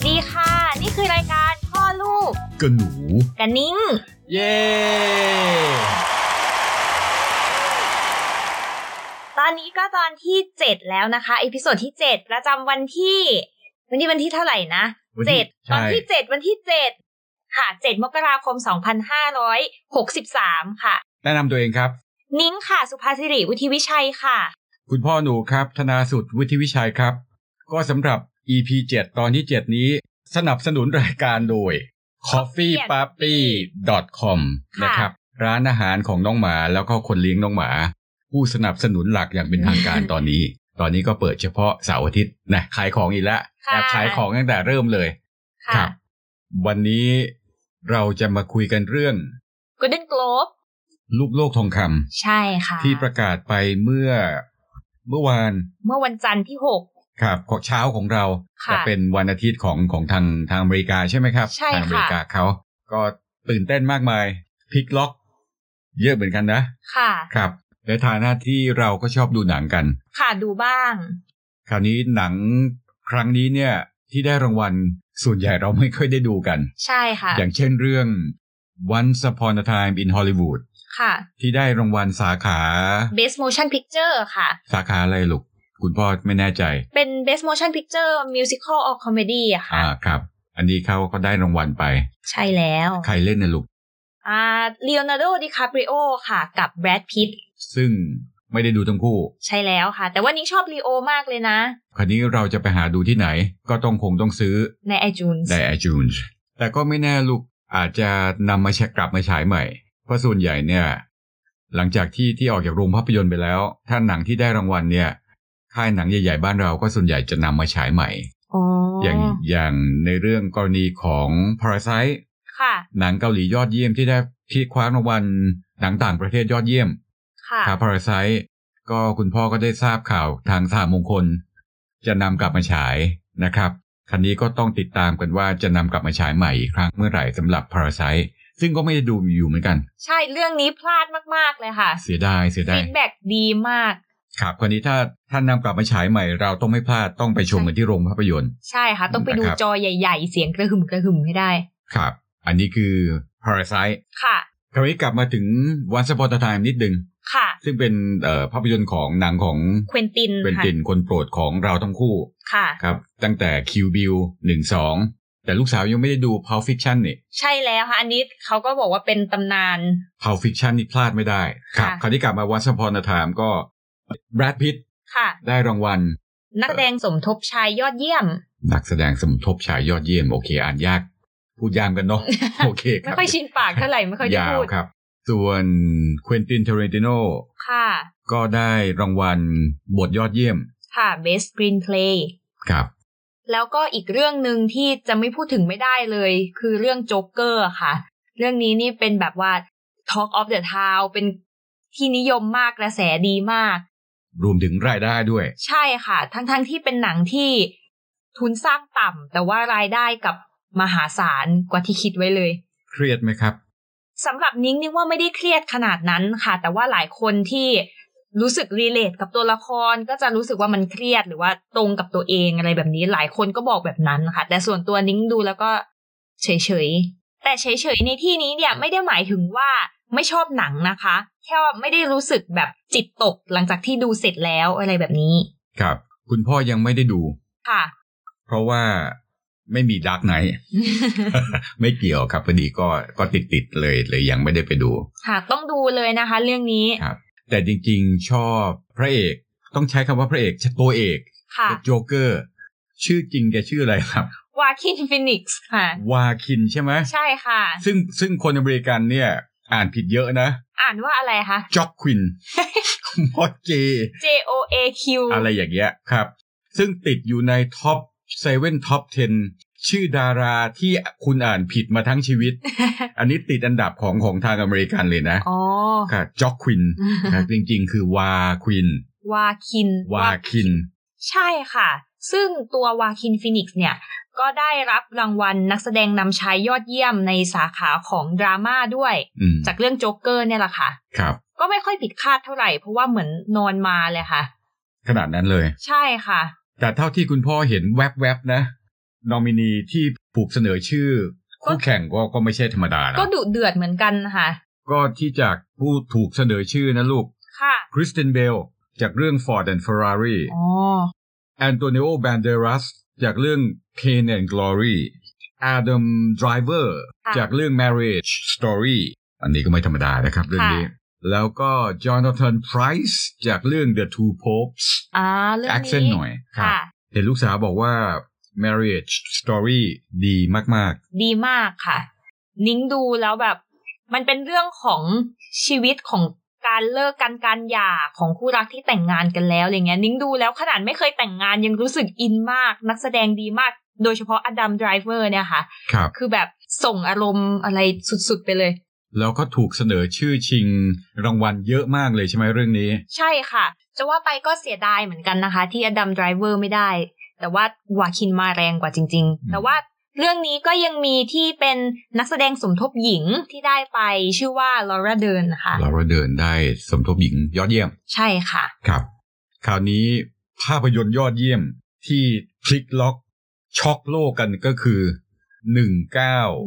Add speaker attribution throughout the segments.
Speaker 1: คือรายการพ่อลูก
Speaker 2: กระหนู
Speaker 1: กันนิ้ง
Speaker 3: เย้
Speaker 1: ตอนนี้ก็ตอนที่ 7 แล้วนะคะเอพิโซดที่ 7 ประจำวันที่ วันนี้วันที่เท่าไหร่นะ
Speaker 2: วันที่
Speaker 1: เจ็ดต
Speaker 2: ใช่
Speaker 1: อนที่ 7 วันที่ 7 ค่ะ 7 มกราคม 2563 ค่ะ
Speaker 2: แนะนำตัวเองครับ
Speaker 1: นิ้งค่ะ สุภาสิริวุฒิวิชัยค่ะ
Speaker 2: คุณพ่อหนูครับ ธนาสุดวุฒิวิชัยครับ ก็สำหรับ EP 7 ตอนที่ 7 นี้ สนับสนุนรายการโดย coffeepuppy.com
Speaker 1: ค่ะ
Speaker 2: นะครับ ร้านอาหารของน้องหมาแล้วก็คนเลี้ยงน้องหมา ผู้สนับสนุนหลักอย่างเป็นทาง การตอนนี้ ตอนนี้ก็เปิดเฉพาะเสาร์อาทิตย์นะขายของอีกแล้วแอบขายของตั้งแต่เริ่มเลย
Speaker 1: ค่ะ
Speaker 2: วันนี้เราจะมาคุยกันเรื่อง
Speaker 1: Golden Globe
Speaker 2: ลูกโลกทองคำ
Speaker 1: ใช่ค่ะ
Speaker 2: ที่ประกาศไปเมื่อเมื่อวาน
Speaker 1: เมื่อวันจันทร์ที่ 6
Speaker 2: ครับของเช้าของเรา
Speaker 1: ค่ะ
Speaker 2: จะเป็นวันอาทิตย์ของของทางทางอเมริกาใช่ไหมครับ
Speaker 1: ใช่ค่ะ
Speaker 2: ทางอเมริกาเขาก็ตื่นเต้นมากมายพลิกล็อก เยอะเหมือนกันนะ
Speaker 1: ค่ะ
Speaker 2: ครับในฐานะที่เราก็ชอบดูหนังกัน
Speaker 1: ค่ะดูบ้าง
Speaker 2: คราวนี้หนังครั้งนี้เนี่ยที่ได้รางวัลส่วนใหญ่เราไม่ค่อยได้ดูกัน
Speaker 1: ใช่ค่ะ
Speaker 2: อย่างเช่นเรื่อง Once Upon a Time in Hollywood
Speaker 1: ค่ะ
Speaker 2: ที่ได้รางวัลสาขา
Speaker 1: Best Motion Picture ค่ะ
Speaker 2: สาขาอะไรลูกคุณพ่อไม่แน่ใจ
Speaker 1: เป็น Best Motion Picture Musical or Comedy อะค่ะ
Speaker 2: อ่าครับ อันนี้เขาก็ได้รางวัลไป
Speaker 1: ใช่แล้ว
Speaker 2: ใครเล่นนะลูก
Speaker 1: อ่าเล o n นาร์โด ดิคาปริโอค่ะ กับแบรดพิต
Speaker 2: ซึ่งไม่ได้ดูทั้งคู่
Speaker 1: ใช่แล้วค่ะ แต่ว่านิ้งชอบลีโอมากเลยนะ
Speaker 2: คราวนี้เราจะไปหาดูที่ไหน ก็ต้องคงต้องซื้อ
Speaker 1: ใน iTunes
Speaker 2: ใน iTunes แต่ก็ไม่แน่ลูกอาจจะนำมาแชกกลับมาฉายใหม่ เพราะส่วนใหญ่เนี่ย หลังจากที่ที่ออกจากโรงภาพยนตร์ไปแล้ว ถ้าหนังที่ได้รางวัลเนี่ย ค่ายหนังใหญ่ๆบ้านเราก็ส่วนใหญ่จะนำมาฉายใหม่
Speaker 1: อ๋อ
Speaker 2: อย่างอย่างในเรื่องกรณีของ Parasite
Speaker 1: ค่ะ
Speaker 2: หนังเกาหลียอดเยี่ยมที่ได้ที่คว้ารางวัลหนังต่างประเทศยอดเยี่ยม
Speaker 1: ค่ะ
Speaker 2: ครับพาราไซก็คุณพ่อก็ได้ทราบข่าวทางสามงคล จะนำกลับมาฉายนะครับคันนี้ก็ต้องติดตามกันว่าจะนำกลับมาฉายใหม่อีกครั้งเมื่อไหร่สำหรับพาราไซซึ่งก็ไม่ได้ดูอยู่เหมือนกัน
Speaker 1: ใช่ เรื่องนี้พลาดมาก ๆ เลยค่ะ
Speaker 2: เสียดายเสียดาย
Speaker 1: ฟีดแบ็ดีมาก
Speaker 2: ครับคันนี้ถ้าถ้านำกลับมาฉายใหม่ เราต้องไม่พลาดต้องไปชมกันที่โรงภาพยนตร์
Speaker 1: ใช่ค่ะ ต้องไปดู
Speaker 2: นะครับ
Speaker 1: จอใหญ่ ๆ เสียงกระหึ่มกระหึ่มให้ได้
Speaker 2: ครับ อันนี้คือพาราไซ
Speaker 1: ค่ะ
Speaker 2: คราวนี้กลับมาถึงวันสปอตไทม์นิดนึง
Speaker 1: ค่ะ
Speaker 2: ซึ่งเป็นเอ่อภาพยนตร์ของหนังของ
Speaker 1: เควินติน
Speaker 2: เป็น
Speaker 1: ค่ะ
Speaker 2: ตินคนโปรดของเราทั้งคู่
Speaker 1: ค่ะ
Speaker 2: ครับตั้งแต่คิวบิลหนึ่งสองแต่ลูกสาวยังไม่ได้ดูพาวฟิ c ชั o นนี่
Speaker 1: ใช่แล้วค่ะ อันนี้เขาก็บอกว่าเป็นตำนาน
Speaker 2: พาวฟิคชันนี่พลาดไม่ได้ ค
Speaker 1: ค่ะ
Speaker 2: รับคราวนี้กลับมาวันสปอนถามก็แบรดพิต
Speaker 1: ค่ะ
Speaker 2: ได้รางวัล
Speaker 1: นักแสดงสมทบชายยอดเยี่ยม
Speaker 2: นักแสดงสมทบชายยอดเยี่ยม โอเคอ่านยาก พูดยามกัน เนาะ โอเคค
Speaker 1: ไม่
Speaker 2: รับ
Speaker 1: ค่อยชินปากเท่าไหร่ไม่ค่อยได้
Speaker 2: ยาว
Speaker 1: พูด
Speaker 2: ครับ ส่วนควินตินเทเรนติโน
Speaker 1: ค่ะ
Speaker 2: ก็ได้รางวัลบทยอดเยี่ยม
Speaker 1: ค่ะ Best Screenplay
Speaker 2: ครับ
Speaker 1: แล้วก็อีกเรื่องหนึ่งที่จะไม่พูดถึงไม่ได้เลย คือเรื่องโจ๊กเกอร์ค่ะ เรื่องนี้นี่เป็นแบบว่า Talk of the Town เป็นที่นิยมมากกระแสดีมาก
Speaker 2: รวมถึงรายได้ด้วย
Speaker 1: ใช่ค่ะ ทั้งๆทที่เป็นหนังที่ทุนสร้างต่ำแต่ว่ารายได้กับมหาศาลกว่าที่คิดไว้เลย
Speaker 2: เครียดไหมครับ
Speaker 1: สำหรับนิ้งนิ้งว่าไม่ได้เครียดขนาดนั้นค่ะ แต่ว่าหลายคนที่รู้สึกรีเลทกับตัวละครก็จะรู้สึกว่ามันเครียดหรือว่าตรงกับตัวเองอะไรแบบนี้ หลายคนก็บอกแบบนั้นค่ะ แต่ส่วนตัวนิ้งดูแล้วก็เฉยๆ แต่เฉยๆในที่นี้เนี่ยไม่ได้หมายถึงว่าไม่ชอบหนังนะคะ แค่ว่าไม่ได้รู้สึกแบบจิตตกหลังจากที่ดูเสร็จแล้วอะไรแบบนี้
Speaker 2: ครับ คุณพ่อยังไม่ได้ดู
Speaker 1: ค่ะ
Speaker 2: เพราะว่าไม่มีดักไหน ไม่เกี่ยวครับพอดีก็ก็ติดติดๆเลยเลยยังไม่ได้ไปดู
Speaker 1: ค่ะต้องดูเลยนะคะ เรื่องนี้
Speaker 2: ครับ แต่จริงๆชอบพระเอก ต้องใช้คำว่าพระเอกตัวเอก
Speaker 1: ค่ะ
Speaker 2: โจ๊กเกอร์ ชื่อจริงแกชื่ออะไรครับ
Speaker 1: วาคินฟินิกส์ค่ะ
Speaker 2: วาคินใช่ไหม
Speaker 1: ใช่ค่ะ
Speaker 2: ซึ่งซึ่งคนอเมริกันเนี่ย อ่านผิดเยอะนะ
Speaker 1: อ่านว่าอะไรคะ
Speaker 2: จ็อกควิ น มอเจ
Speaker 1: J O A Q
Speaker 2: อะไรอย่างเงี้ยครับ ซึ่งติดอยู่ในท็อปเซเว่นท็อป 10 ชื่อดาราที่คุณอ่านผิดมาทั้งชี วิต อันนี้ติดอันดับของของทางอเมริกันเลยนะ
Speaker 1: อ๋อ
Speaker 2: ค่ะจ็อกควินนะ จริงๆ คือวาควิน
Speaker 1: วาคิน
Speaker 2: วาคิน
Speaker 1: ใช่ค่ะ ซึ่งตัววาคินฟินิกส์เนี่ย ก็ได้รับรางวัลนักแสดงนำชายยอดเยี่ยมในสาขาของดราม่าด้วย
Speaker 2: อืม
Speaker 1: จากเรื่องโจ๊กเกอร์เนี่ยแหละค่ะ
Speaker 2: ครับ
Speaker 1: ก็ไม่ค่อยผิดคาดเท่าไหร่ เพราะว่าเหมือนนอนมาเลยค่ะ
Speaker 2: ขนาดนั้นเลย
Speaker 1: ใช่ค่ะ
Speaker 2: แต่เท่าที่คุณพ่อเห็นแวบๆนะ นอมินีที่ผูกเสนอชื่อ คู่แข่งก็ก็ไม่ใช่ธรรมดานะ
Speaker 1: ก็ดุเดือดเหมือนกันค่ะ
Speaker 2: ก็ที่จากผู้ถูกเสนอชื่อนะลูก
Speaker 1: ค่ะ
Speaker 2: คริสตินเบลจากเรื่อง Ford and Ferrari
Speaker 1: อ๋อ
Speaker 2: แอนโตนิโอแบนเดรัสจากเรื่อง Pain and Glory อ d ดัมไดรเวอร์
Speaker 1: ะ
Speaker 2: จากเรื่อง Marriage Story อันนี้ก็ไม่ธรรมดานะครับเรื่องนี้
Speaker 1: ค่ะ
Speaker 2: แล้วก็จอห์นท a นไพรส์จากเรื่อง The Two Popes
Speaker 1: อ่าเรื่อง
Speaker 2: แอคเซน
Speaker 1: นี้
Speaker 2: หน่อย
Speaker 1: ค่ะ
Speaker 2: เห็นลูกสาวบอกว่า Marriage Story ดีมาก
Speaker 1: ดีมากค่ะ นิ้งดูแล้วแบบ มันเป็นเรื่องของชีวิตของการเลิกกันการหย่าของคู่รักที่แต่งงานกันแล้วอะไรเงี้ย นิ้งดูแล้วขนาดไม่เคยแต่งงานยังรู้สึกอินมาก นักแสดงดีมาก โดยเฉพาะอดัมไดรเวอร์เนี่ยค่ะ
Speaker 2: ๆ ครับ
Speaker 1: คือแบบส่งอารมณ์อะไรสุดๆไปเลย
Speaker 2: แล้วก็ถูกเสนอชื่อชิงรางวัลเยอะมากเลยใช่ไหมเรื่องนี้
Speaker 1: ใช่ค่ะ จะว่าไปก็เสียดายเหมือนกันนะคะ ที่อดัมไดรเวอร์ไม่ได้ แต่ว่าวาคินมาแรงกว่าจริง
Speaker 2: อืม
Speaker 1: ๆ แต่ว่าเรื่องนี้ก็ยังมีที่เป็นนักแสดงสมทบหญิงที่ได้ไปชื่อว่าลอร่าเดินนะคะ
Speaker 2: เราเดินได้สมทบหญิงยอดเยี่ยม
Speaker 1: ใช่ค่ะ
Speaker 2: ครับ คราวนี้ภาพยนตร์ยอดเยี่ยมที่พลิกล็อก ช็อกโลกกันก็คือ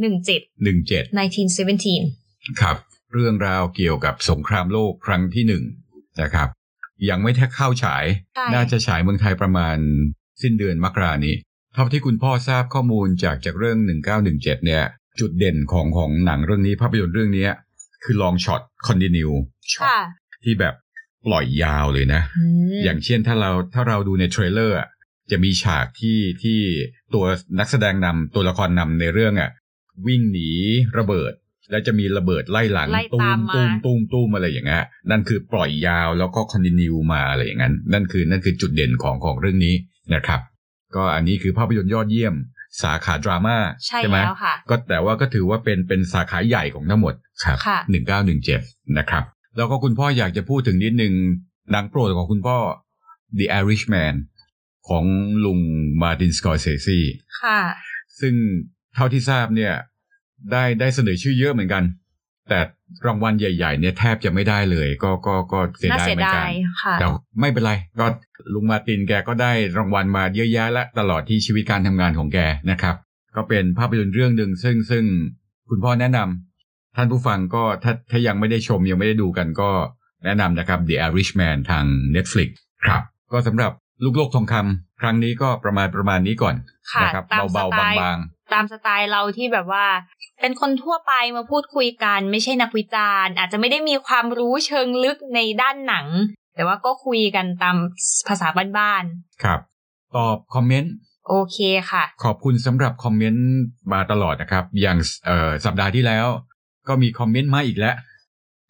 Speaker 2: 1917
Speaker 1: 17 1917
Speaker 2: ครับ เรื่องราวเกี่ยวกับสงครามโลกครั้งที่หนึ่งนะครับ ยังไม่แท้เข้าฉาย
Speaker 1: ใช่
Speaker 2: น่าจะฉายเมืองไทยประมาณสิ้นเดือนมกรานี้ เท่าที่คุณพ่อทราบข้อมูลจากจากเรื่อง 1917 เนี่ย จุดเด่นของของหนังเรื่องนี้ภาพยนตร์เรื่องนี้คือลองช็อตคอนดิเนียช็อต
Speaker 1: ค่ะ
Speaker 2: ที่แบบปล่อยยาวเลยนะ
Speaker 1: อืม
Speaker 2: อย่างเช่นถ้าเราถ้าเราดูในเทรลเลอร์อะจะมีฉากที่ที่ตัวนักแสดงนำตัวละครนำในเรื่องอ่ะวิ่งหนีระเบิด แล้วจะมีระเบิดไล่หลัง
Speaker 1: ไล่
Speaker 2: ตู
Speaker 1: ตาม มมา
Speaker 2: ตูมตูมตูมอะไรอย่างเงี้ยนั่นคือปล่อยยาวแล้วก็คอนติเนียมาอะไรอย่างนั้นนั่นคือนั่นคือจุดเด่นของของเรื่องนี้นะครับ ก็อันนี้คือภาพยนตร์ยอดเยี่ยม สาขาดราม่า
Speaker 1: ใช่
Speaker 2: ไหม
Speaker 1: แล้วค่ะ
Speaker 2: ก็แต่ว่าก็ถือว่าเป็นเป็นสาขาใหญ่ของทั้งหมดครับ
Speaker 1: ค่ะ
Speaker 2: หนึ่งเก้าหนึ่งเจ็ดนะครับ แล้วก็คุณพ่ออยากจะพูดถึงนิดนึงหนังโปรดของคุณพ่อ The Irishman ของลุงมาร์ตินสกอร์เซซี
Speaker 1: ค่ะ
Speaker 2: ซึ่งเท่าที่ทราบเนี่ย ได้ได้เสนอชื่อเยอะเหมือนกัน แต่รางวัลใหญ่ๆเนี่ยแทบจะไม่ได้เลย ก็ก็ก็เสีย
Speaker 1: น่า
Speaker 2: ดาย
Speaker 1: เสีย
Speaker 2: เหมือน
Speaker 1: ดา
Speaker 2: กัน
Speaker 1: ยค่ะ
Speaker 2: แต่ไม่เป็นไรก็ลุงมาร์ตินแกก็ได้รางวัลมาเยอะแยะและตลอดที่ชีวิตการทำงานของแกนะครับ ก็เป็นภาพยนตร์เรื่องหนึ่งซึ่งซึ่งคุณพ่อแนะนำท่านผู้ฟังก็ถ้าถ้ายังไม่ได้ชมยังไม่ได้ดูกันก็แนะนำนะครับ The Irishman ทาง Netflix ครับ ก็สำหรับลูกโลกทองคำครั้งนี้ก็ประมาณประมาณนี้ก่อน
Speaker 1: ค่ะ
Speaker 2: นะครับ
Speaker 1: ตาม
Speaker 2: เบา
Speaker 1: สไตล์
Speaker 2: ๆบาง
Speaker 1: ตามสไตล์เราที่แบบว่า เป็นคนทั่วไปมาพูดคุยกัน ไม่ใช่นักวิจารณ์ อาจจะไม่ได้มีความรู้เชิงลึกในด้านหนัง แต่ว่าก็คุยกันตามภาษาบ้าน
Speaker 2: ๆครับ ตอบคอมเมนต์
Speaker 1: ๆ โอเคค่ะ
Speaker 2: ขอบคุณสำหรับคอมเมนต์มาตลอดนะครับ อย่างเอ่อสัปดาห์ที่แล้ว ก็มีคอมเมนต์มาอีกแล้ว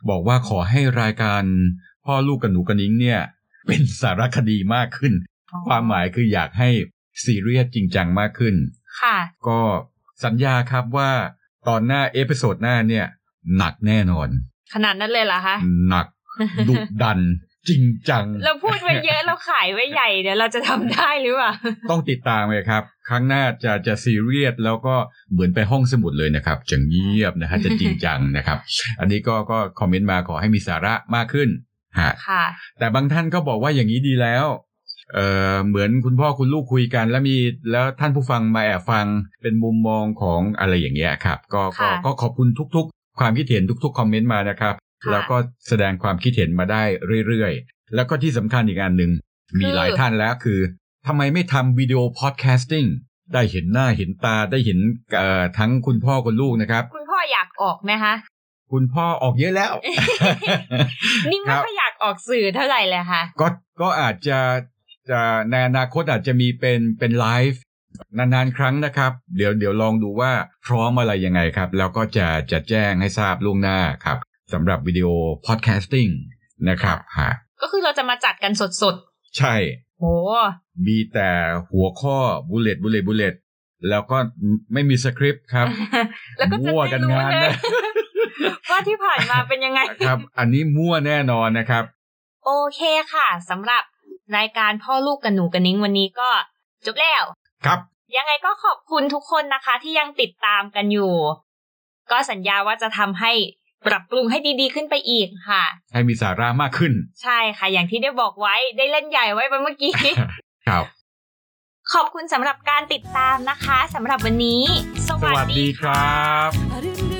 Speaker 2: บอกว่าขอให้รายการพ่อลูกกันหนูกันนิ้งเนี่ย เป็นสารคดีมากขึ้น ความหมายคืออยากให้ซีเรียสจริงจังมากขึ้น
Speaker 1: ค่ะ
Speaker 2: ก็สัญญาครับว่าตอนหน้าเอพิโซดหน้าเนี่ย หนักแน่นอน
Speaker 1: ขนาดนั้นเลยเหรอคะ
Speaker 2: หนัก ดุดัน จริงจัง
Speaker 1: เราพูดไว้เยอะเราขายไว้ใหญ่เดี๋ยวเราจะทำได้หรือเปล่า
Speaker 2: ต้องติดตามเลยครับ ครั้งหน้าจะจะซีเรียสแล้วก็เหมือนไปห้องสมุดเลยนะครับ จะเงียบนะฮะจะจริงจังนะครับ อันนี้ก็ก็คอมเมนต์มาขอให้มีสาระมากขึ้นฮะ
Speaker 1: ค่ะ
Speaker 2: แต่บางท่านก็บอกว่าอย่างนี้ดีแล้ว เออเหมือนคุณพ่อคุณลูกคุยกัน แล้วมีแล้วท่านผู้ฟังมาแอบฟังเป็นมุมมองของอะไรอย่างเงี้ยครับ ก็ก็
Speaker 1: ค่ะ
Speaker 2: ก็ขอบคุณทุก ๆ ความคิดเห็นทุก ๆ คอมเมนต์มานะครับ
Speaker 1: ค่ะ
Speaker 2: แล้วก็แสดงความคิดเห็นมาได้เรื่อยๆ แล้วก็ที่สำคัญอีกอันหนึ่ง มีหลายท่านแล้วคือทำไมไม่ทำวิดีโอพอดแคสติ้งได้เห็นหน้าเห็นตาได้เห็นเอ่อทั้งคุณพ่อคุณลูกนะครับ
Speaker 1: คุณพ่ออยากออกไหมคะ
Speaker 2: คุณพ่อออกเยอะแล้ว
Speaker 1: นิ่ง
Speaker 2: ค
Speaker 1: ไม่
Speaker 2: รับ
Speaker 1: ค่อยอยากออกสื่อเท่าไหร่เลยค่ะ
Speaker 2: ก็ก็อาจจะจะในอนาคตอาจจะมีเป็นเป็นไลฟ์นานๆ ครั้งนะครับ เดี๋ยวเดี๋ยวลองดูว่าพร้อมอะไรยังไงครับ แล้วก็จะจะแจ้งให้ทราบล่วงหน้าครับสำหรับวิดีโอพอดแคสติ้งนะครับฮะ
Speaker 1: ก็คือเราจะมาจัดกันสด
Speaker 2: ใช่
Speaker 1: ๆโห
Speaker 2: มีแต่หัวข้อบุลเลตบุลเลตบุลเลตแล้วก็ไม่มีสคริปต์ครับ
Speaker 1: แล้วก็จะ
Speaker 2: มั่ว
Speaker 1: ไม่
Speaker 2: กัน
Speaker 1: รู้
Speaker 2: งาน
Speaker 1: เลย
Speaker 2: นะ
Speaker 1: ว่าที่ผ่านมาเป็นยังไง
Speaker 2: ครับ อันนี้มั่วแน่นอนนะครับ
Speaker 1: โอเคค่ะสำหรับรายการพ่อลูกกันหนูกันนิ้งวันนี้ก็จบแล้ว
Speaker 2: ครับ
Speaker 1: ยังไงก็ขอบคุณทุกคนนะคะ ที่ยังติดตามกันอยู่ ก็สัญญาว่าจะทำให้ปรับปรุงให้ดีๆขึ้นไปอีกค่ะ
Speaker 2: ให้มีสาระมากขึ้น
Speaker 1: ใช่ค่ะอย่างที่ได้บอกไว้ได้เล่นใหญ่ไว้ไปเมื่อกี้
Speaker 2: ครับ
Speaker 1: ขอบคุณสำหรับการติดตามนะคะสำหรับวันนี้ ส
Speaker 3: ส
Speaker 1: วัส
Speaker 3: วัส
Speaker 1: ดี
Speaker 3: ดี
Speaker 1: ค่ะ
Speaker 3: ครับ
Speaker 4: I didn't